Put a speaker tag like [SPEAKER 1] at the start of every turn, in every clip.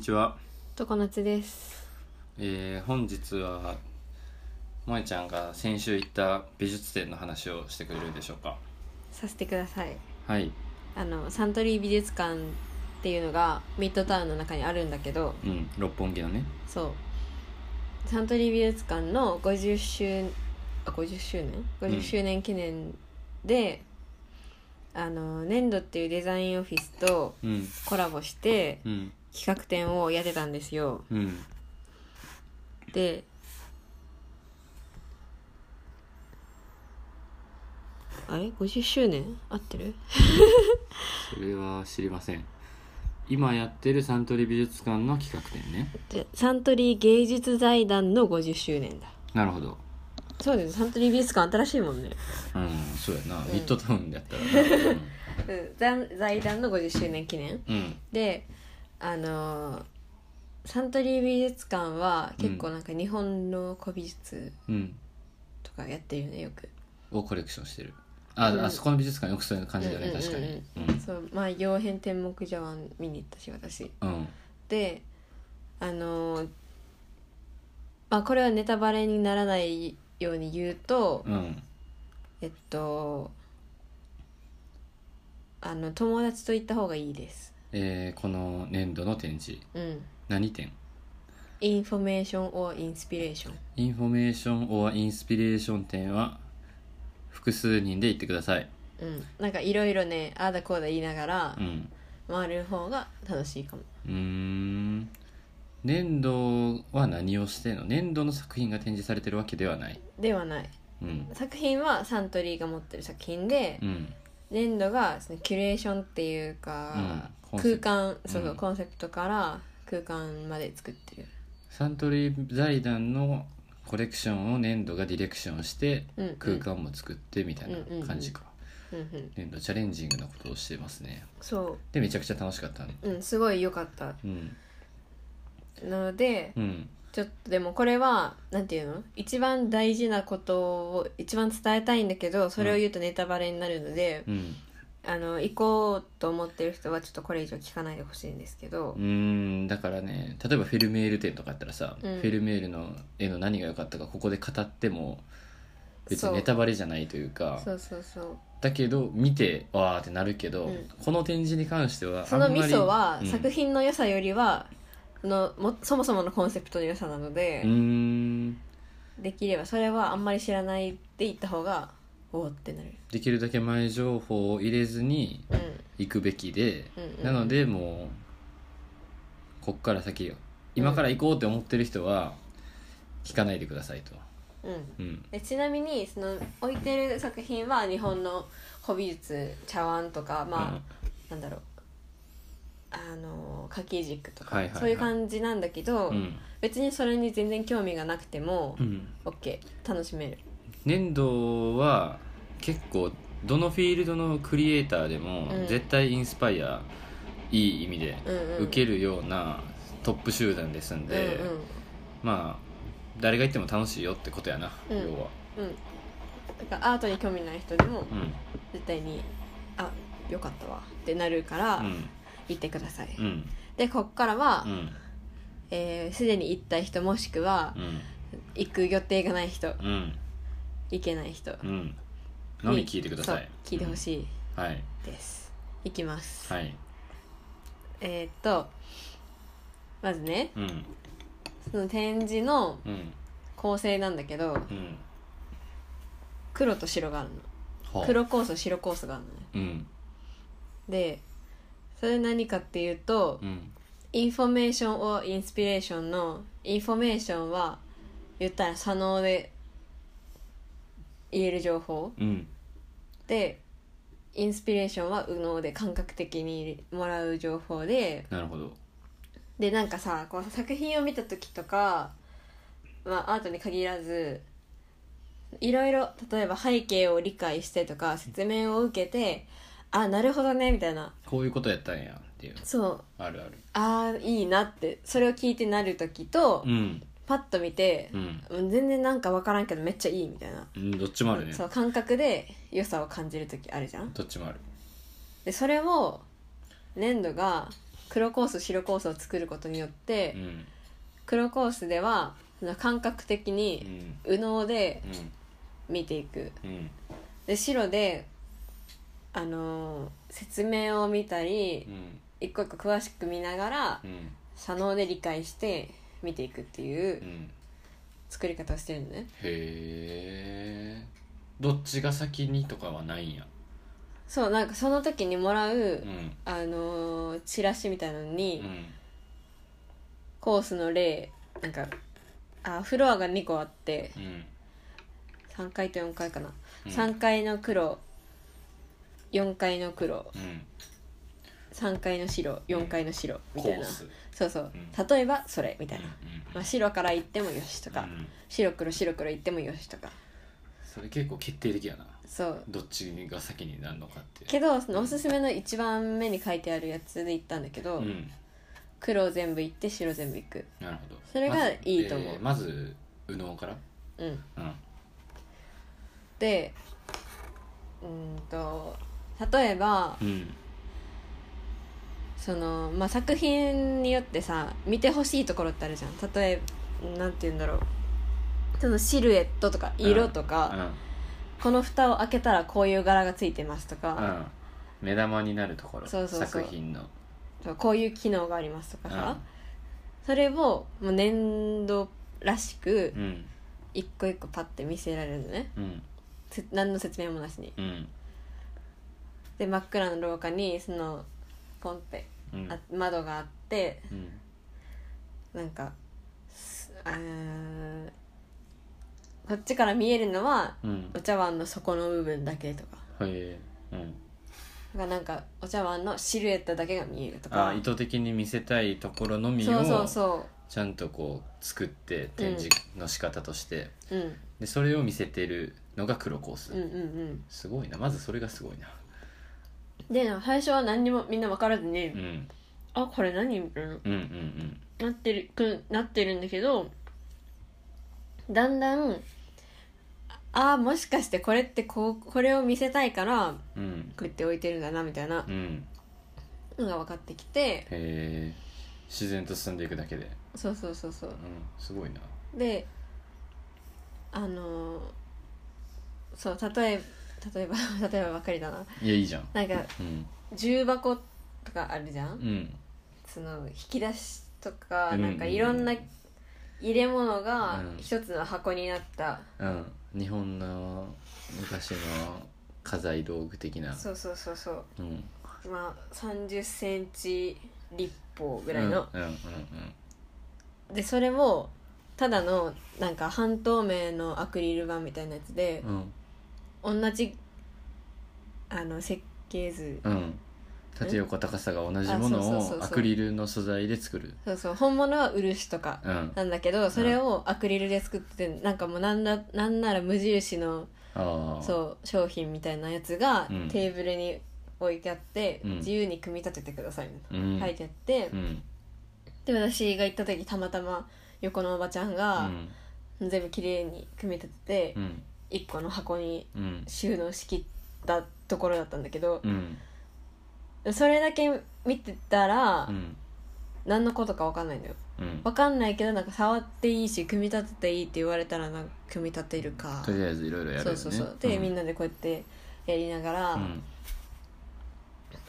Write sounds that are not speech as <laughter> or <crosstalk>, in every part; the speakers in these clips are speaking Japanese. [SPEAKER 1] ちは。
[SPEAKER 2] とこなつです
[SPEAKER 1] えー、本日は、萌ちゃんが先週行った美術展の話をしてくれるでしょうか。
[SPEAKER 2] させてください
[SPEAKER 1] はい。
[SPEAKER 2] あのサントリー美術館っていうのがミッドタウンの中にあるんだけど
[SPEAKER 1] うん、六本木のね。
[SPEAKER 2] そうサントリー美術館の50周あ50周年
[SPEAKER 1] うん
[SPEAKER 2] 50周年記念で、あの粘土っていうデザインオフィスと
[SPEAKER 1] うん、
[SPEAKER 2] コラボして
[SPEAKER 1] うん、
[SPEAKER 2] 企画展をやってたんですよ
[SPEAKER 1] うん、
[SPEAKER 2] であれ50周年合ってる
[SPEAKER 1] それは知りません。今やってるサントリー美術館の企画展ね。
[SPEAKER 2] でサントリー芸術財団の50周年だ
[SPEAKER 1] なるほど。
[SPEAKER 2] そうですサントリー美術館新しいもんね、
[SPEAKER 1] うん、そうやな。
[SPEAKER 2] ん
[SPEAKER 1] ミッドタウンでやったらな。
[SPEAKER 2] うん、財財団の50周年記念
[SPEAKER 1] うん、
[SPEAKER 2] であのーサントリー美術館は結構なんか日本の古美術
[SPEAKER 1] うん。
[SPEAKER 2] とかやってるよねよく
[SPEAKER 1] をコレクションしてる。あ、
[SPEAKER 2] うん
[SPEAKER 1] あそこの美術館よくそういう感じだよね、
[SPEAKER 2] うんうんうん
[SPEAKER 1] 確かに。
[SPEAKER 2] そうまあ曜変天目茶碗見に行ったし私
[SPEAKER 1] うん。うん。
[SPEAKER 2] であのーまあこれはネタバレにならないように言うと、
[SPEAKER 1] うん。
[SPEAKER 2] えっとあの友達と行った方がいいです
[SPEAKER 1] えー、この年度の展示。
[SPEAKER 2] うん
[SPEAKER 1] 何展
[SPEAKER 2] インフォメーション or インスピレーション
[SPEAKER 1] インフォメーション or インスピレーション展は複数人で行ってください。
[SPEAKER 2] うんなんかいろいろねああだこうだ言いながら
[SPEAKER 1] うん。
[SPEAKER 2] 回る方が楽しいかも
[SPEAKER 1] うーん。粘土は何をしてんの粘土の作品が展示されてるわけではない。
[SPEAKER 2] ではない
[SPEAKER 1] うん。
[SPEAKER 2] 作品はサントリーが持ってる作品で
[SPEAKER 1] うん。
[SPEAKER 2] 粘土がそのキュレーションっていうか、
[SPEAKER 1] うん
[SPEAKER 2] 空間
[SPEAKER 1] プト
[SPEAKER 2] そうそう、
[SPEAKER 1] うん
[SPEAKER 2] コンセプトから空間まで作ってる
[SPEAKER 1] サントリー財団のコレクションを粘土がディレクションして
[SPEAKER 2] うんうん
[SPEAKER 1] 空間も作ってみたいな感じか。
[SPEAKER 2] うんうん
[SPEAKER 1] 粘土チャレンジングなことをしてますね。
[SPEAKER 2] そ
[SPEAKER 1] で、めちゃくちゃ楽しかったね。
[SPEAKER 2] ううんすごい良かった
[SPEAKER 1] うん。
[SPEAKER 2] ので、
[SPEAKER 1] うん。
[SPEAKER 2] ちょっとでもこれはなんていうの一番大事なことを一番伝えたいんだけどそれを言うとネタバレになるので、
[SPEAKER 1] うん。
[SPEAKER 2] あの行こうと思ってる人はちょっとこれ以上聞かないでほしいんですけど
[SPEAKER 1] う、ーんだからね例えばフェルメール展とかあったらさ、
[SPEAKER 2] うん
[SPEAKER 1] フェルメールの絵の何が良かったかここで語っても別
[SPEAKER 2] そ
[SPEAKER 1] に
[SPEAKER 2] う
[SPEAKER 1] ネタバレじゃないというか
[SPEAKER 2] そうそうそう
[SPEAKER 1] だけど見てわーってなるけど、
[SPEAKER 2] うん
[SPEAKER 1] この展示に関しては
[SPEAKER 2] その味噌
[SPEAKER 1] あ
[SPEAKER 2] は
[SPEAKER 1] んまり
[SPEAKER 2] 作品の良さよりは、そのもそもそものコンセプトの良さなの
[SPEAKER 1] うん
[SPEAKER 2] で、
[SPEAKER 1] うーん
[SPEAKER 2] できればそれはあんまり知らないで行った方がおおってなる、
[SPEAKER 1] できるだけ前情報を入れずに
[SPEAKER 2] うん、
[SPEAKER 1] 行くべきで、
[SPEAKER 2] うんうん
[SPEAKER 1] なのでもうこっから先今から行こうって思ってる人は聞かないでくださいと。
[SPEAKER 2] うん
[SPEAKER 1] うん
[SPEAKER 2] でちなみにその置いてる作品は日本の古美術茶碗とかまあ、なんだろうあの掛け軸とか、
[SPEAKER 1] はいはいはい
[SPEAKER 2] そういう感じなんだけど、
[SPEAKER 1] うん
[SPEAKER 2] 別にそれに全然興味がなくても、
[SPEAKER 1] うん、
[SPEAKER 2] OK 楽しめる
[SPEAKER 1] 粘土は結構どのフィールドのクリエイターでも
[SPEAKER 2] うん
[SPEAKER 1] 絶対インスパイアいい意味で
[SPEAKER 2] うんうん
[SPEAKER 1] 受けるようなトップ集団ですんで、まあ誰が行っても楽しいよってことやな、
[SPEAKER 2] うん
[SPEAKER 1] 要は、
[SPEAKER 2] うんうんうんだからアートに興味ない人でも
[SPEAKER 1] うん
[SPEAKER 2] 絶対にあよかったわってなるから
[SPEAKER 1] うん
[SPEAKER 2] 行ってください、
[SPEAKER 1] うん
[SPEAKER 2] でこっから
[SPEAKER 1] う
[SPEAKER 2] はすで、
[SPEAKER 1] ん
[SPEAKER 2] えー既に行った人もしくは
[SPEAKER 1] うん
[SPEAKER 2] 行く予定がない人
[SPEAKER 1] うん
[SPEAKER 2] 行けない人
[SPEAKER 1] うんのみ聞いてください
[SPEAKER 2] そう聞いてほしい
[SPEAKER 1] はい
[SPEAKER 2] ですいきます、
[SPEAKER 1] はい
[SPEAKER 2] えーっとまずね
[SPEAKER 1] うん
[SPEAKER 2] その展示の
[SPEAKER 1] うん
[SPEAKER 2] 構成なんだけど
[SPEAKER 1] うん
[SPEAKER 2] 黒と白がある
[SPEAKER 1] は
[SPEAKER 2] の
[SPEAKER 1] あ
[SPEAKER 2] 黒コースと白コースがあるのね
[SPEAKER 1] うん
[SPEAKER 2] でそれ何かっていうと
[SPEAKER 1] うん
[SPEAKER 2] インフォメーションをインスピレーションのインフォメーションは言ったら左脳で言える情報
[SPEAKER 1] うん
[SPEAKER 2] でインスピレーションは右脳で感覚的にもらう情報で
[SPEAKER 1] なるほど
[SPEAKER 2] でなんかさこう作品を見た時とか、まあ、アートに限らずいろいろ例えば背景を理解してとか説明を受けてあなるほどねみたいな
[SPEAKER 1] こういうことやったんやっていう
[SPEAKER 2] そう
[SPEAKER 1] あるある
[SPEAKER 2] あーいいなってそれを聞いてなる時と、
[SPEAKER 1] うん
[SPEAKER 2] パッと見て
[SPEAKER 1] う、ん
[SPEAKER 2] うん全然なんか分からんけどめっちゃいいみたいな、
[SPEAKER 1] うんどっちもあるね
[SPEAKER 2] そう感覚で良さを感じる時あるじゃん
[SPEAKER 1] どっちもある
[SPEAKER 2] でそれを粘土が黒コース白コースを作ることによって、
[SPEAKER 1] うん
[SPEAKER 2] 黒コースではその感覚的
[SPEAKER 1] う
[SPEAKER 2] に
[SPEAKER 1] ん
[SPEAKER 2] 右脳で
[SPEAKER 1] うん
[SPEAKER 2] 見ていく
[SPEAKER 1] うん
[SPEAKER 2] で白で、あのー説明を見たり
[SPEAKER 1] うん
[SPEAKER 2] 一個一個詳しく見ながら
[SPEAKER 1] うん
[SPEAKER 2] 左脳で理解して見ていくっていう
[SPEAKER 1] うん
[SPEAKER 2] 作り方をしてるのね
[SPEAKER 1] へえどっちが先にとかはないんや
[SPEAKER 2] そうなんかその時にもらう、
[SPEAKER 1] うん
[SPEAKER 2] あのーチラシみたいなの
[SPEAKER 1] う
[SPEAKER 2] に、
[SPEAKER 1] ん
[SPEAKER 2] コースの例なんかあフロアが2個あって
[SPEAKER 1] うん
[SPEAKER 2] 3階と4階かな、
[SPEAKER 1] うん
[SPEAKER 2] 3階の黒4階の黒
[SPEAKER 1] うん
[SPEAKER 2] 3階の白4階の白み
[SPEAKER 1] コ
[SPEAKER 2] たい
[SPEAKER 1] ー
[SPEAKER 2] な
[SPEAKER 1] ス
[SPEAKER 2] そうそう、
[SPEAKER 1] う
[SPEAKER 2] 例えばそれみたいな、
[SPEAKER 1] うんうん
[SPEAKER 2] まあ、白から言ってもよしとか、
[SPEAKER 1] うん
[SPEAKER 2] 白黒白黒言ってもよしとか
[SPEAKER 1] それ結構決定的やな
[SPEAKER 2] そう
[SPEAKER 1] どっちが先になるのかって
[SPEAKER 2] けどそのおすすめの1番目に書いてあるやつで行ったんだけど、
[SPEAKER 1] うん
[SPEAKER 2] 黒全部行って白全部行く
[SPEAKER 1] なるほど
[SPEAKER 2] それがいいと思う
[SPEAKER 1] まず,、えーまず右脳から
[SPEAKER 2] うん
[SPEAKER 1] うん
[SPEAKER 2] でうーんと例えば
[SPEAKER 1] うん
[SPEAKER 2] その、まあ、作品によってさ見てほしいところってあるじゃん例えなんて言うんだろうそのシルエットとか色とか、この蓋を開けたらこういう柄がついてますと
[SPEAKER 1] うんう
[SPEAKER 2] か、
[SPEAKER 1] ん目玉になるところ
[SPEAKER 2] そうそうそう
[SPEAKER 1] 作品の
[SPEAKER 2] こういう機能がありますとかさ、それをもう年度らしく
[SPEAKER 1] うんうん
[SPEAKER 2] 一個一個パッて見せられるのね
[SPEAKER 1] うん
[SPEAKER 2] せ何の説明もなしに
[SPEAKER 1] うん
[SPEAKER 2] で真っ暗の廊下にそのポンって
[SPEAKER 1] うん
[SPEAKER 2] あ窓があって
[SPEAKER 1] うん
[SPEAKER 2] なんかすあーこっちから見えるのは
[SPEAKER 1] うん
[SPEAKER 2] お茶碗の底の部分だけとか
[SPEAKER 1] はいうん
[SPEAKER 2] がなんかお茶碗のシルエットだけが見えるとか
[SPEAKER 1] あ意図的に見せたいところのみ
[SPEAKER 2] そうそう
[SPEAKER 1] を
[SPEAKER 2] そ
[SPEAKER 1] ちゃんとこう作って展示の仕方として、
[SPEAKER 2] う、うん、
[SPEAKER 1] でそれを見せてるのが黒コース、
[SPEAKER 2] うんうん
[SPEAKER 1] すごいなまずそれがすごいな
[SPEAKER 2] うんで最初は何にもみんな分からずに「
[SPEAKER 1] うん
[SPEAKER 2] あこれ何?」みたいな
[SPEAKER 1] うんうんうん
[SPEAKER 2] なってるくなってるんだけどだんだん「あもしかしてこれってこうこれを見せたいから
[SPEAKER 1] うん
[SPEAKER 2] こうやって置いてるんだな」みたいな
[SPEAKER 1] うん
[SPEAKER 2] のが分かってきて
[SPEAKER 1] へえ自然と進んでいくだけで
[SPEAKER 2] そうそうそうそう
[SPEAKER 1] うんすごいな
[SPEAKER 2] であのーそう例え例えば <laughs> 例えばばっかりだない
[SPEAKER 1] やいいじゃん
[SPEAKER 2] なんか
[SPEAKER 1] うん
[SPEAKER 2] 重箱とかあるじゃん、
[SPEAKER 1] うん
[SPEAKER 2] その引き出しとか、
[SPEAKER 1] うん
[SPEAKER 2] なんかいろんな入れ物が
[SPEAKER 1] うん
[SPEAKER 2] 一つの箱になった、
[SPEAKER 1] うん日本の昔の家財道具的な
[SPEAKER 2] そうそうそうそう
[SPEAKER 1] うん
[SPEAKER 2] まあ3 0センチ立方ぐらいの、
[SPEAKER 1] うんうんうん
[SPEAKER 2] でそれをただのなんか半透明のアクリル板みたいなやつで
[SPEAKER 1] う、ん
[SPEAKER 2] 同じあの設計図
[SPEAKER 1] うんうん縦横高さが同じもの
[SPEAKER 2] あそうそうそ
[SPEAKER 1] を
[SPEAKER 2] うそう
[SPEAKER 1] アクリルの素材で作る
[SPEAKER 2] そうそう本物は漆とか
[SPEAKER 1] うんあ
[SPEAKER 2] なんだけどそれをアクリルで作っててなんかもうなんだなんなら無印の
[SPEAKER 1] あ
[SPEAKER 2] そう商品みたいなやつが
[SPEAKER 1] うん
[SPEAKER 2] テーブルに置いてあって、
[SPEAKER 1] うん
[SPEAKER 2] 自由に組み立ててくださいみた
[SPEAKER 1] ううん
[SPEAKER 2] いな書いてあって
[SPEAKER 1] う、ん
[SPEAKER 2] で私が行った時たまたま横のおばちゃん
[SPEAKER 1] う
[SPEAKER 2] が
[SPEAKER 1] ん
[SPEAKER 2] 全部綺麗に組み立てて
[SPEAKER 1] うん
[SPEAKER 2] 1個の箱に
[SPEAKER 1] うん
[SPEAKER 2] 収納しきったところだったんだけど
[SPEAKER 1] うん
[SPEAKER 2] それだけ見てたら
[SPEAKER 1] うん
[SPEAKER 2] 何のことか分かんないんだよ
[SPEAKER 1] うん
[SPEAKER 2] 分かんないけどなんか触っていいし組み立てていいって言われたらなんか組み立てるか
[SPEAKER 1] とりあえずいろいろやる
[SPEAKER 2] そ
[SPEAKER 1] よ
[SPEAKER 2] う
[SPEAKER 1] ね
[SPEAKER 2] そうそうで、みんなでこうやってやりながら、
[SPEAKER 1] うん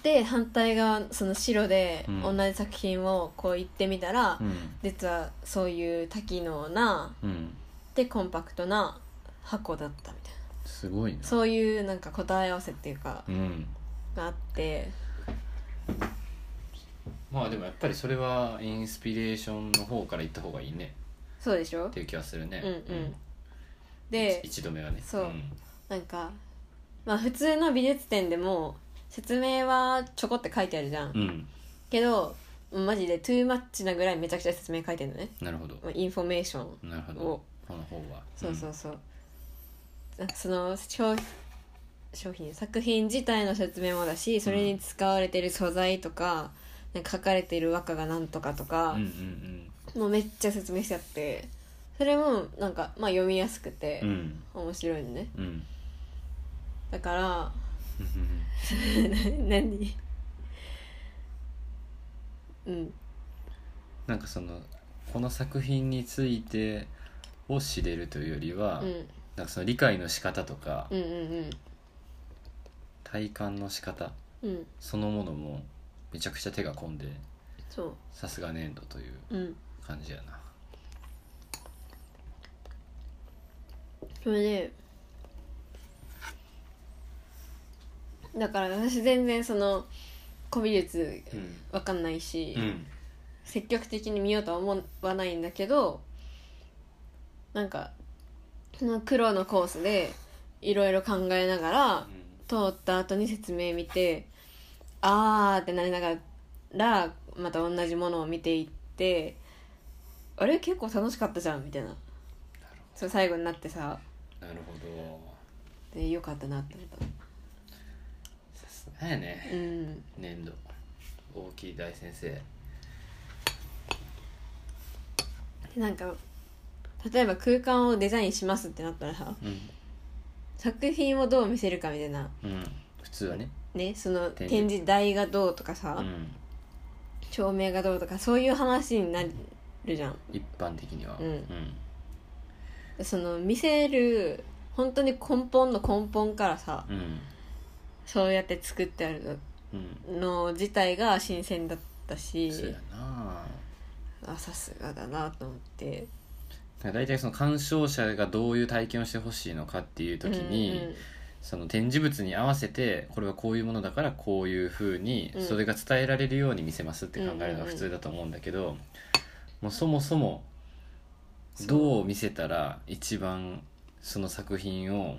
[SPEAKER 2] で反対側その白で
[SPEAKER 1] う
[SPEAKER 2] 同
[SPEAKER 1] ん
[SPEAKER 2] じ作品をこう言ってみたら、
[SPEAKER 1] うん
[SPEAKER 2] 実はそういう多機能な
[SPEAKER 1] うん
[SPEAKER 2] でコンパクトな箱だったみたいな
[SPEAKER 1] すごいな
[SPEAKER 2] そういうなんか答え合わせっていうか
[SPEAKER 1] うん
[SPEAKER 2] があって
[SPEAKER 1] まあでもやっぱりそれはインスピレーションの方から行った方がいいね
[SPEAKER 2] そうでしょ
[SPEAKER 1] っていう気はするね
[SPEAKER 2] うんうんで
[SPEAKER 1] 一一度目はね
[SPEAKER 2] そうんなんかまあ普通の美術展でも説明はちょこって書いてあるじゃん、
[SPEAKER 1] うん
[SPEAKER 2] けどマジでトゥーマッチなぐらいめちゃくちゃ説明書いてるのね
[SPEAKER 1] なるほど
[SPEAKER 2] まあインフォメーション
[SPEAKER 1] なるほど
[SPEAKER 2] を
[SPEAKER 1] この方は
[SPEAKER 2] そうそうそう、なんかその商商品作品自体の説明もだしそれに使われてる素材とか,、なんか書かれてる和歌がなんとかと
[SPEAKER 1] うん
[SPEAKER 2] か
[SPEAKER 1] うんう、ん
[SPEAKER 2] もうめっちゃ説明しちゃってそれもなんか、まあ、読みやすくて
[SPEAKER 1] うんうん
[SPEAKER 2] 面白いのね
[SPEAKER 1] うんうん
[SPEAKER 2] だから <laughs>
[SPEAKER 1] うん
[SPEAKER 2] 何うん
[SPEAKER 1] なんかそのこの作品についてを知れるというよりは、
[SPEAKER 2] うん
[SPEAKER 1] なんかその理解の仕方とか、
[SPEAKER 2] うんうん
[SPEAKER 1] 体感の仕方
[SPEAKER 2] うんうん
[SPEAKER 1] そのものもめちゃくちゃ手が込んで
[SPEAKER 2] そ
[SPEAKER 1] さすが粘土という
[SPEAKER 2] ううん
[SPEAKER 1] 感じやな
[SPEAKER 2] それでだから私全然その古美術
[SPEAKER 1] うん
[SPEAKER 2] わかんないし、
[SPEAKER 1] うん
[SPEAKER 2] 積極的に見ようとは思わないんだけどなんかその黒のコースでいろいろ考えながら通った後に説明見てあーってなりながらまた同じものを見ていってあれ結構楽しかったじゃんみたいなそう最後になってさ
[SPEAKER 1] なるほど
[SPEAKER 2] でよかったなって思った
[SPEAKER 1] さすがやね
[SPEAKER 2] うん
[SPEAKER 1] 粘土大きい大先生
[SPEAKER 2] でなんか例えば空間をデザインしますってなったらさ
[SPEAKER 1] う、
[SPEAKER 2] 作品をどう見せるかみたいなん
[SPEAKER 1] うん、普通はね
[SPEAKER 2] ねその
[SPEAKER 1] 展
[SPEAKER 2] 展
[SPEAKER 1] 示
[SPEAKER 2] 示台がどうとかさ、
[SPEAKER 1] うん
[SPEAKER 2] 照明がどうとかそういう話になるじゃん
[SPEAKER 1] 一般的には
[SPEAKER 2] うん
[SPEAKER 1] うん
[SPEAKER 2] その見せる本当に根本の根本からさ
[SPEAKER 1] うん
[SPEAKER 2] そうやって作ってある
[SPEAKER 1] うん
[SPEAKER 2] の自体が新鮮だったし
[SPEAKER 1] そうやな
[SPEAKER 2] あさすがだなと思って
[SPEAKER 1] だいたいその鑑賞者がどういう体験をしてほしいのかっていう時に、その展示物に合わせてこれはこういうものだからこういうふうに
[SPEAKER 2] うん
[SPEAKER 1] それが伝えられるように見せますって考えるのが普通だと思うんだけど、もうそもそもどう見せたら一番その作品を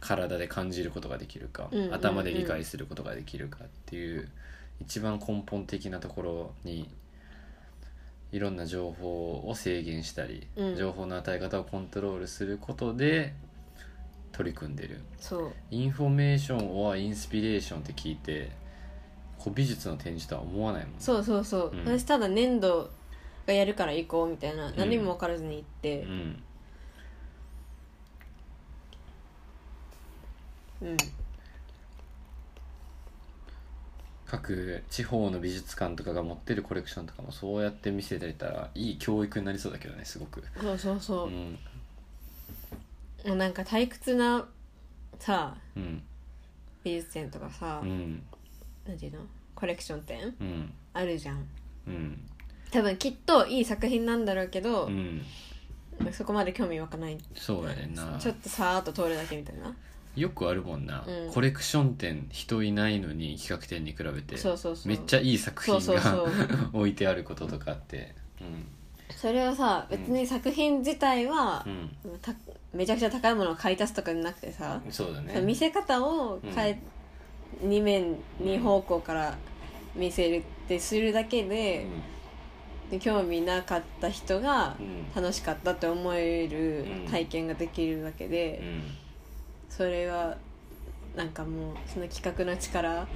[SPEAKER 1] 体で感じることができるか、
[SPEAKER 2] うんうんうん
[SPEAKER 1] 頭で理解することができるかっていう一番根本的なところにいろんな情報を制限したり、
[SPEAKER 2] うん
[SPEAKER 1] 情報の与え方をコントロールすることで取り組んでる。
[SPEAKER 2] そう
[SPEAKER 1] インフォメーションはインスピレーションって聞いて古美術の展示とは思わないもん
[SPEAKER 2] そうそうそう、
[SPEAKER 1] うん
[SPEAKER 2] 私ただ粘土がやるから行こうみたいな、
[SPEAKER 1] ん
[SPEAKER 2] 何も分からずに行って
[SPEAKER 1] うん
[SPEAKER 2] うん
[SPEAKER 1] 各地方の美術館とかが持ってるコレクションとかもそうやって見せてれたらいい教育になりそうだけどねすごく
[SPEAKER 2] そうそうそうう、
[SPEAKER 1] ん
[SPEAKER 2] もうなんか退屈なさ
[SPEAKER 1] うん
[SPEAKER 2] 美術展とかさ、
[SPEAKER 1] うん
[SPEAKER 2] なんていうのコレクション展
[SPEAKER 1] うん
[SPEAKER 2] あるじゃん
[SPEAKER 1] うん
[SPEAKER 2] 多分きっといい作品なんだろうけど、
[SPEAKER 1] うん
[SPEAKER 2] そこまで興味湧かない
[SPEAKER 1] そうやねんな
[SPEAKER 2] ちょっとさーっと通るだけみたいな
[SPEAKER 1] よくあるもんな、
[SPEAKER 2] うん
[SPEAKER 1] コレクション展人いないのに企画展に比べて
[SPEAKER 2] そうそうそう
[SPEAKER 1] めっちゃいい作品
[SPEAKER 2] そ
[SPEAKER 1] が
[SPEAKER 2] うそうそう
[SPEAKER 1] 置いてあることとかあって
[SPEAKER 2] それはさ別に作品自体は
[SPEAKER 1] う、ん、
[SPEAKER 2] ためちゃくちゃ高いものを買い足すとかじゃなくてさ
[SPEAKER 1] う、ん、そうだね
[SPEAKER 2] その見せ方を変え、二面二方向から見せるってするだけで,、で興味なかった人が
[SPEAKER 1] うんうん
[SPEAKER 2] 楽しかったって思え
[SPEAKER 1] うん
[SPEAKER 2] る体験ができるわけで、
[SPEAKER 1] うん
[SPEAKER 2] それはなんかもうその企画の力
[SPEAKER 1] う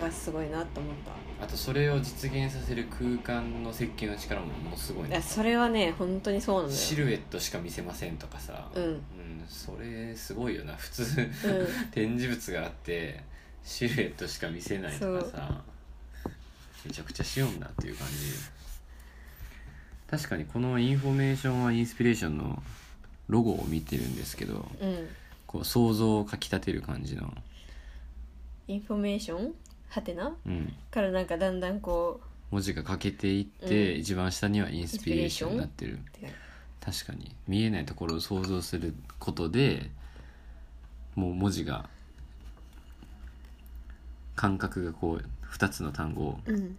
[SPEAKER 2] がすごいなと思った
[SPEAKER 1] ん、あとそれを実現させる空間の設計の力もものすごい
[SPEAKER 2] いや
[SPEAKER 1] ね
[SPEAKER 2] それはね本当にそうなんだよ
[SPEAKER 1] シルエットしか見せませんとかさ、
[SPEAKER 2] うん
[SPEAKER 1] それすごいよな普通、
[SPEAKER 2] うん
[SPEAKER 1] <laughs> 展示物があってシルエットしか見せないとかさめちゃくちゃしよんなっていう感じ確かにこの「インフォメーションはインスピレーション」のロゴを見てるんですけど
[SPEAKER 2] うん
[SPEAKER 1] こう想像をかきたてる感じの、
[SPEAKER 2] インフォメーションはてな
[SPEAKER 1] うん、
[SPEAKER 2] からなんかだんだんこ
[SPEAKER 1] 文字が欠けていって、
[SPEAKER 2] うん
[SPEAKER 1] 一番下にはインスピレーション
[SPEAKER 2] インスピレーション
[SPEAKER 1] になってる
[SPEAKER 2] うてか
[SPEAKER 1] 確かに見えないところを想像することでもう文字が感覚がこう2つの単語を
[SPEAKER 2] うん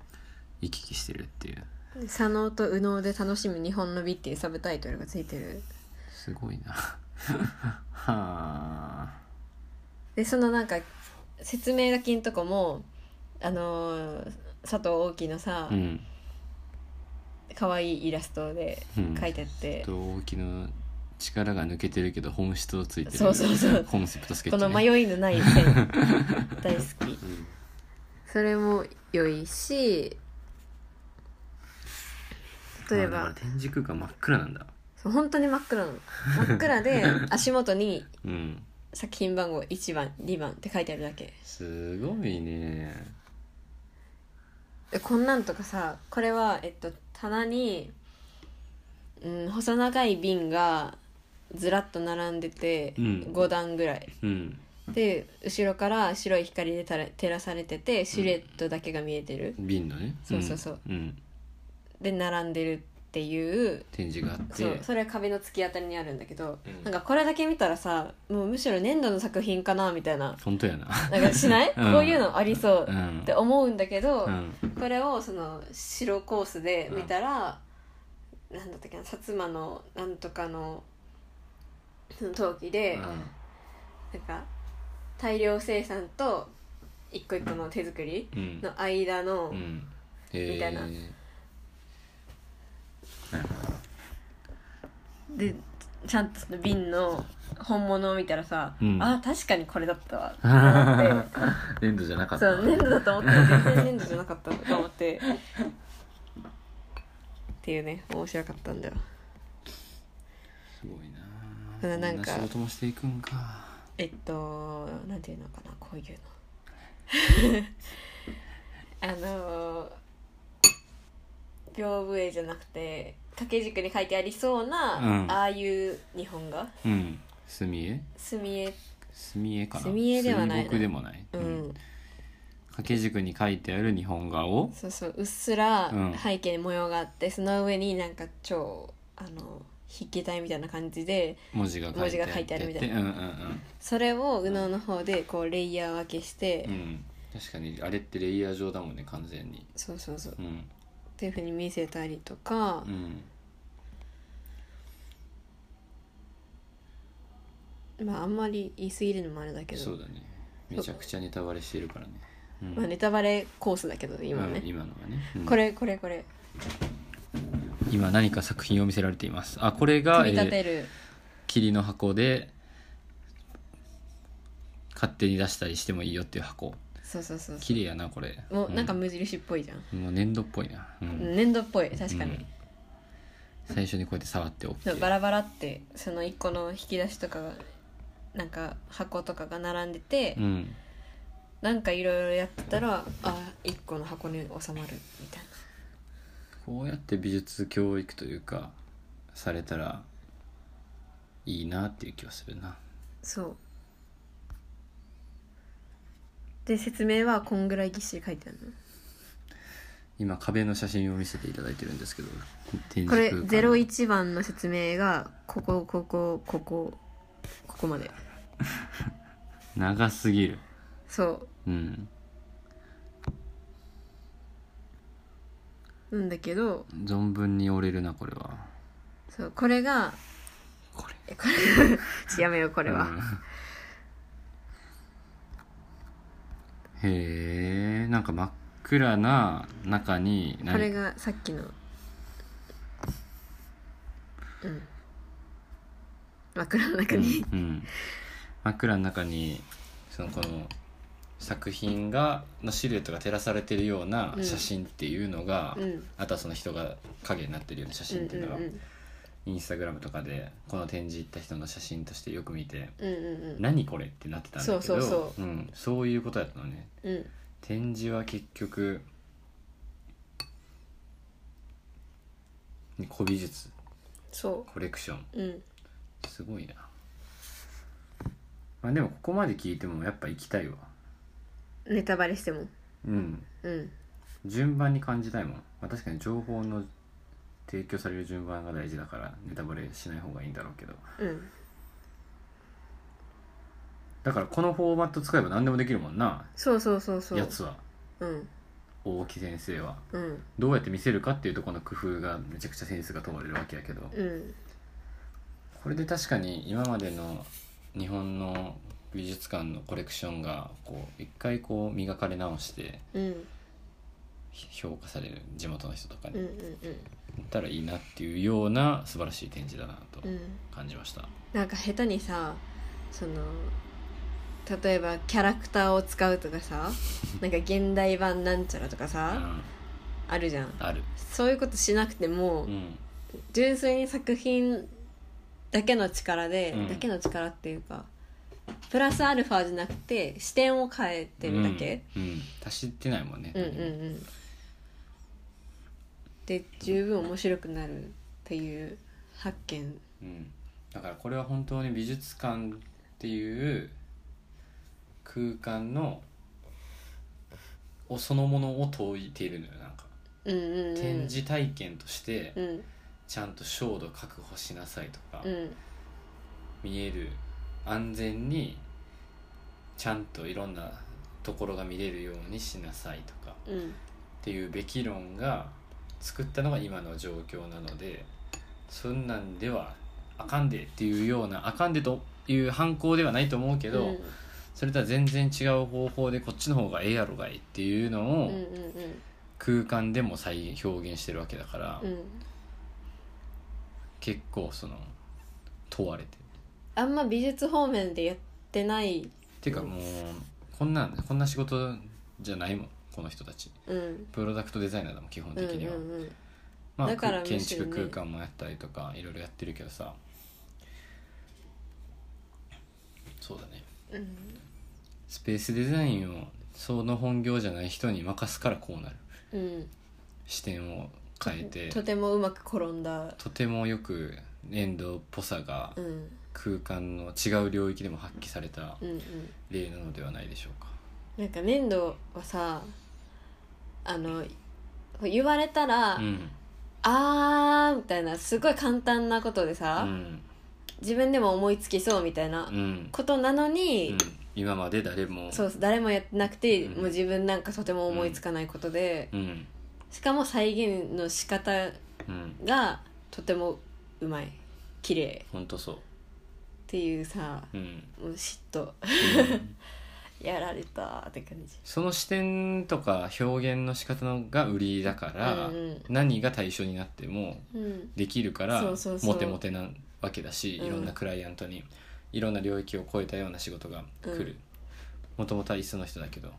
[SPEAKER 1] 行き来してるっていう
[SPEAKER 2] 「左脳と右脳で楽しむ日本の美」っていうサブタイトルがついてる
[SPEAKER 1] すごい
[SPEAKER 2] <laughs>
[SPEAKER 1] なはあ
[SPEAKER 2] でそのなんか説明書きんとこもあのー佐藤大樹のさ
[SPEAKER 1] うん
[SPEAKER 2] 可愛、いイラストで
[SPEAKER 1] うん
[SPEAKER 2] 書いてあって、
[SPEAKER 1] 動機の力が抜けてるけど本質をついてる
[SPEAKER 2] そうそうそう
[SPEAKER 1] コンセプトスケッ
[SPEAKER 2] こ
[SPEAKER 1] チ、ね、
[SPEAKER 2] の迷いのない線大好き
[SPEAKER 1] うん
[SPEAKER 2] それも良いし例え
[SPEAKER 1] あだから
[SPEAKER 2] ば
[SPEAKER 1] 展示空間真っ暗なんだ
[SPEAKER 2] そう本当に真っ暗なの真っ暗で足元に
[SPEAKER 1] うん
[SPEAKER 2] 作品番号1番2番って書いてあるだけ
[SPEAKER 1] すごいね
[SPEAKER 2] えこんなんとかさこれは、えっと、棚に、うん、細長い瓶がずらっと並んでて、
[SPEAKER 1] うん
[SPEAKER 2] 5段ぐらい
[SPEAKER 1] うん
[SPEAKER 2] で後ろから白い光でたら照らされててシルエットだけが見えてる、
[SPEAKER 1] 瓶のね
[SPEAKER 2] そうそうそう、
[SPEAKER 1] んうん、
[SPEAKER 2] で並んでるっていう
[SPEAKER 1] 展示があって
[SPEAKER 2] そうそれは壁の突き当たりにあるんだけど、
[SPEAKER 1] うん
[SPEAKER 2] なんかこれだけ見たらさもうむしろ粘土の作品かなみたいな
[SPEAKER 1] 本当やな
[SPEAKER 2] なんかしない、
[SPEAKER 1] うん
[SPEAKER 2] <laughs> こういうのありそう
[SPEAKER 1] う
[SPEAKER 2] っ
[SPEAKER 1] ん
[SPEAKER 2] て思うんだけど、
[SPEAKER 1] うん
[SPEAKER 2] これをその白コースで見たら、なんだったっけな薩摩のなんとかのその陶器で、なんか大量生産と一個一個の手作り
[SPEAKER 1] うん
[SPEAKER 2] の間の、
[SPEAKER 1] うんへー
[SPEAKER 2] みたいな
[SPEAKER 1] なるほど
[SPEAKER 2] でちゃんとその瓶の本物を見たらさ、
[SPEAKER 1] うん
[SPEAKER 2] あ確かにこれだっ
[SPEAKER 1] <laughs>
[SPEAKER 2] たわって思っ
[SPEAKER 1] <laughs> 粘土じゃなか
[SPEAKER 2] て
[SPEAKER 1] っ
[SPEAKER 2] そ
[SPEAKER 1] た
[SPEAKER 2] う粘土だと思ったら全然粘土じゃなかったと
[SPEAKER 1] <laughs>
[SPEAKER 2] 思ってっていうね面白かったんだよ
[SPEAKER 1] すごいな
[SPEAKER 2] これなんか
[SPEAKER 1] こんな仕事もしていくんか
[SPEAKER 2] えっとなんていうのかなこういうの <laughs> あの屏風絵じゃなくて掛け軸に書いてありそうな、
[SPEAKER 1] うん
[SPEAKER 2] ああいう日本画
[SPEAKER 1] うん墨絵
[SPEAKER 2] 墨絵
[SPEAKER 1] 墨絵かな
[SPEAKER 2] 墨絵ではないな
[SPEAKER 1] 水墨でもない、
[SPEAKER 2] うん、
[SPEAKER 1] 掛け軸に書いてある日本画を
[SPEAKER 2] そうそううっすら
[SPEAKER 1] うん
[SPEAKER 2] 背景に模様があって、その上になんか超あの筆記体みたいな感じで
[SPEAKER 1] 文字が書いて
[SPEAKER 2] 文字が書いてあるみたい
[SPEAKER 1] なうんうん
[SPEAKER 2] それを右脳の方でこうレイヤー分けして、
[SPEAKER 1] うんうん確かにあれってレイヤー状だもんね完全に
[SPEAKER 2] そうそうそうっ
[SPEAKER 1] うん
[SPEAKER 2] ていうふうに見せたりとか
[SPEAKER 1] う、ん
[SPEAKER 2] まああんまり言い過ぎるのもあれだけど
[SPEAKER 1] そうだねめちゃくちゃネタバレしてるからね、うん
[SPEAKER 2] まあ、ネタバレコースだけど今
[SPEAKER 1] うん
[SPEAKER 2] ね、
[SPEAKER 1] 今のはね、うん
[SPEAKER 2] これこれこれ
[SPEAKER 1] 今何か作品を見せられていますあこれが
[SPEAKER 2] 組み立
[SPEAKER 1] えー
[SPEAKER 2] てる、
[SPEAKER 1] 霧の箱で勝手に出したりしてもいいよっていう箱
[SPEAKER 2] そうそうそうそ
[SPEAKER 1] 綺麗やなこれ
[SPEAKER 2] うもうなんか
[SPEAKER 1] も
[SPEAKER 2] 無印っぽいじゃん、
[SPEAKER 1] う粘土っぽいな、うん
[SPEAKER 2] 粘土っぽい確かに、
[SPEAKER 1] うん最初にこうやって触ってお
[SPEAKER 2] そ
[SPEAKER 1] く
[SPEAKER 2] うバラバラってその一個の引き出しとかがなんか箱とかが並んでて、
[SPEAKER 1] うん
[SPEAKER 2] なんかいろいろやってたらあ一個の箱に収まるみたい
[SPEAKER 1] こうやって美術教育というかされたらいいなっていう気はするな
[SPEAKER 2] なそうで説明はこんぐらいぎっしり書いてある
[SPEAKER 1] 今壁の写真を見せていただいてるんですけど展
[SPEAKER 2] のこれ
[SPEAKER 1] 空間の
[SPEAKER 2] 01番の説明がここここここここまで
[SPEAKER 1] 長すぎる
[SPEAKER 2] そう
[SPEAKER 1] うん
[SPEAKER 2] なんだけど
[SPEAKER 1] 存分に折れるなこれは
[SPEAKER 2] そうこれが
[SPEAKER 1] これ
[SPEAKER 2] えこれちょやめようこれは、
[SPEAKER 1] うんへえなんか真っ暗な中に何
[SPEAKER 2] これがさっきのうん枕の中に
[SPEAKER 1] うんうん、真っ暗の中にそのこの作品がのシルエットが照らされてるような
[SPEAKER 2] うん
[SPEAKER 1] 写真っていうのが、
[SPEAKER 2] うん
[SPEAKER 1] あとはその人が影になってるような写
[SPEAKER 2] うん
[SPEAKER 1] 真
[SPEAKER 2] う
[SPEAKER 1] っていうのが、
[SPEAKER 2] ん
[SPEAKER 1] インスタグラムとかでこの展示行った人の写真としてよく見て
[SPEAKER 2] うんう
[SPEAKER 1] 「
[SPEAKER 2] ん
[SPEAKER 1] 何これ?」ってなってたんだけど
[SPEAKER 2] そうそうそ
[SPEAKER 1] ん、そういうことだったのね
[SPEAKER 2] うんうん
[SPEAKER 1] 展示は結局古美術
[SPEAKER 2] そ
[SPEAKER 1] コレクション
[SPEAKER 2] ううん
[SPEAKER 1] すごいなまあでもここまで聞いてもやっぱ行きたいわ
[SPEAKER 2] ネタバレしても
[SPEAKER 1] うん
[SPEAKER 2] うん
[SPEAKER 1] 順番に感じたいもん、まあ、確かに情報の提供される順番が大事だからネタバレしない方がいいんだろうけど
[SPEAKER 2] うん
[SPEAKER 1] だからこのフォーマット使えば何でもできるもんな
[SPEAKER 2] そうそうそうそ
[SPEAKER 1] や
[SPEAKER 2] う
[SPEAKER 1] つは
[SPEAKER 2] うん
[SPEAKER 1] 大木先生は
[SPEAKER 2] うん
[SPEAKER 1] どうやって見せるかっていうところの工夫がめちゃくちゃセンスが問われるわけやけど
[SPEAKER 2] うん
[SPEAKER 1] これで確かに今までの日本の美術館のコレクションがこう一回こう磨かれ直して
[SPEAKER 2] うん
[SPEAKER 1] 評価される地元の人とかに
[SPEAKER 2] うんうん
[SPEAKER 1] 行
[SPEAKER 2] うん
[SPEAKER 1] ったらいいなっていうような素晴らしい展示だなと
[SPEAKER 2] うん
[SPEAKER 1] 感じました、
[SPEAKER 2] なんか下手にさその例えばキャラクターを使うと
[SPEAKER 1] <laughs>
[SPEAKER 2] かさなんか現代版なんちゃらとか
[SPEAKER 1] う
[SPEAKER 2] さ
[SPEAKER 1] ん
[SPEAKER 2] あるじゃん
[SPEAKER 1] ある、
[SPEAKER 2] そういうことしなくても、
[SPEAKER 1] うん、
[SPEAKER 2] 純粋に作品だけの力で、
[SPEAKER 1] うん
[SPEAKER 2] だけの力っていうかプラスアルファじゃなくて視点を変えてるだけ、
[SPEAKER 1] うん、うん足してないもんね、
[SPEAKER 2] うん、うん
[SPEAKER 1] 何も
[SPEAKER 2] うんで十分面白くなるっていう発見
[SPEAKER 1] うん、だからこれは本当に美術館っていう空間のをそのものを解いているのよなんか
[SPEAKER 2] うんうんうん
[SPEAKER 1] 展示体験として
[SPEAKER 2] うん
[SPEAKER 1] ちゃんと照度確保しなさいとか、
[SPEAKER 2] うん
[SPEAKER 1] 見える安全にちゃんといろんなところが見れるようにしなさいとか
[SPEAKER 2] うん
[SPEAKER 1] っていうべき論が作ったのが今の状況なのでそんなんではあかんでっていうようなあかんでという犯行ではないと思うけど、
[SPEAKER 2] うん
[SPEAKER 1] それとは全然違う方法でこっちの方がええやろがいっていうの
[SPEAKER 2] うん
[SPEAKER 1] を空間でも再表現してるわけだから、
[SPEAKER 2] うんうん
[SPEAKER 1] 結構その問われてる。
[SPEAKER 2] あんま美術方面でやってない
[SPEAKER 1] っていうかもうこんなんこんな仕事じゃないもんこの人たち
[SPEAKER 2] うん
[SPEAKER 1] プロダクトデザイナーだもん基本
[SPEAKER 2] うんう
[SPEAKER 1] 的
[SPEAKER 2] ん
[SPEAKER 1] には、
[SPEAKER 2] うん
[SPEAKER 1] まあ、
[SPEAKER 2] だから
[SPEAKER 1] く
[SPEAKER 2] む
[SPEAKER 1] 建
[SPEAKER 2] しろ
[SPEAKER 1] 築
[SPEAKER 2] ね
[SPEAKER 1] 空間もやったりとかいろいろやってるけどさそうだね
[SPEAKER 2] うん
[SPEAKER 1] スペースデザインをその本業じゃない人に任すからこうなる
[SPEAKER 2] うん
[SPEAKER 1] 視点を変えて
[SPEAKER 2] とてもうまく転んだ
[SPEAKER 1] とてもよく粘土っぽさが
[SPEAKER 2] うん
[SPEAKER 1] 空間の違う領域でも発揮された
[SPEAKER 2] うんうん
[SPEAKER 1] 例なのではないでしょうか
[SPEAKER 2] なんか粘土はさあの言われたら「
[SPEAKER 1] うん
[SPEAKER 2] あー」みたいなすごい簡単なことで
[SPEAKER 1] う
[SPEAKER 2] さ、
[SPEAKER 1] ん
[SPEAKER 2] 自分でも思いつきそうみたいな
[SPEAKER 1] うん
[SPEAKER 2] ことなのに、
[SPEAKER 1] うん今まで誰も
[SPEAKER 2] そう誰もやってなくて、
[SPEAKER 1] うん
[SPEAKER 2] もう自分なんかとても思いつかないことで、
[SPEAKER 1] うん
[SPEAKER 2] しかも再現の仕方
[SPEAKER 1] うん
[SPEAKER 2] がとてもうまい綺麗
[SPEAKER 1] ほんとそ
[SPEAKER 2] っていうさ
[SPEAKER 1] う
[SPEAKER 2] <laughs>
[SPEAKER 1] うん
[SPEAKER 2] もう嫉妬やられたって感じ
[SPEAKER 1] その視点とか表現の仕方のが売りだから、
[SPEAKER 2] うんうん
[SPEAKER 1] 何が対象になっても
[SPEAKER 2] うん
[SPEAKER 1] できるから
[SPEAKER 2] そうそうそう
[SPEAKER 1] モテモテなわけだし、
[SPEAKER 2] うん
[SPEAKER 1] いろんなクライアントにいろんな領域を超えたような仕事が来るもともとは椅子の人だけど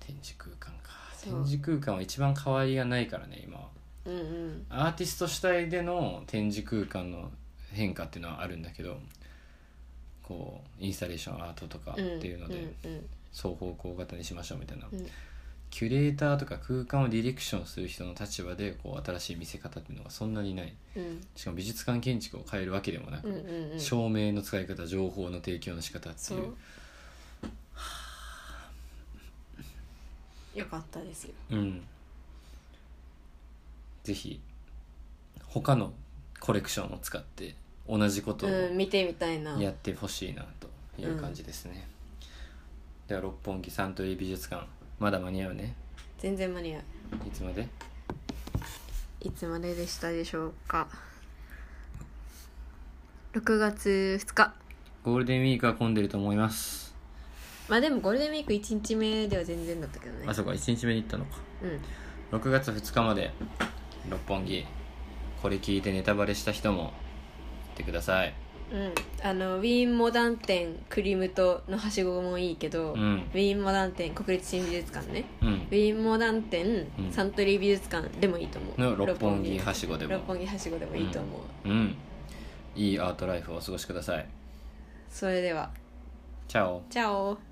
[SPEAKER 1] 展示空間か
[SPEAKER 2] そう
[SPEAKER 1] 展示空間は一番変わりがないからね今は
[SPEAKER 2] うんうん
[SPEAKER 1] アーティスト主体での展示空間の変化っていうのはあるんだけどこうインスタレーションアートとかっていうので、
[SPEAKER 2] うんうん
[SPEAKER 1] 双方向型にしましょうみたいな、
[SPEAKER 2] うん
[SPEAKER 1] キュレーターとか空間をディレクションする人の立場でこう新しい見せ方っていうのがそんなにない
[SPEAKER 2] うん
[SPEAKER 1] しかも美術館建築を変えるわけでもなく、
[SPEAKER 2] うんうんうん
[SPEAKER 1] 照明の使い方情報の提供の仕方って
[SPEAKER 2] そ
[SPEAKER 1] いう
[SPEAKER 2] うよかったですよ
[SPEAKER 1] うんぜひ他のコレクションを使って同じことを
[SPEAKER 2] うん見てみたいな
[SPEAKER 1] やってほしいなという感じですね、では六本木サントリー美術館まだ間に合うね
[SPEAKER 2] 全然間に合う
[SPEAKER 1] いつまで
[SPEAKER 2] いつまででしたでしょうか6月2日
[SPEAKER 1] ゴールデンウィークは混んでると思います
[SPEAKER 2] まあでもゴールデンウィーク1日目では全然だったけどね
[SPEAKER 1] あそこ1日目に行ったのか
[SPEAKER 2] うん
[SPEAKER 1] 6月2日まで六本木これ聞いてネタバレした人も来てください
[SPEAKER 2] うん、あのウィーンモダン展クリムトのはしごもいいけど、
[SPEAKER 1] う
[SPEAKER 2] ウ
[SPEAKER 1] ん
[SPEAKER 2] ィーンモダン展国立新美術館ね
[SPEAKER 1] うん
[SPEAKER 2] ウィーンモダン展、
[SPEAKER 1] うん
[SPEAKER 2] サントリー美術館でもいいと思う
[SPEAKER 1] の六本木はしごでも
[SPEAKER 2] 六本木はしごでもいいと思う、
[SPEAKER 1] うんいいアートライフをお過ごしください
[SPEAKER 2] それでは
[SPEAKER 1] チャオ
[SPEAKER 2] チャオ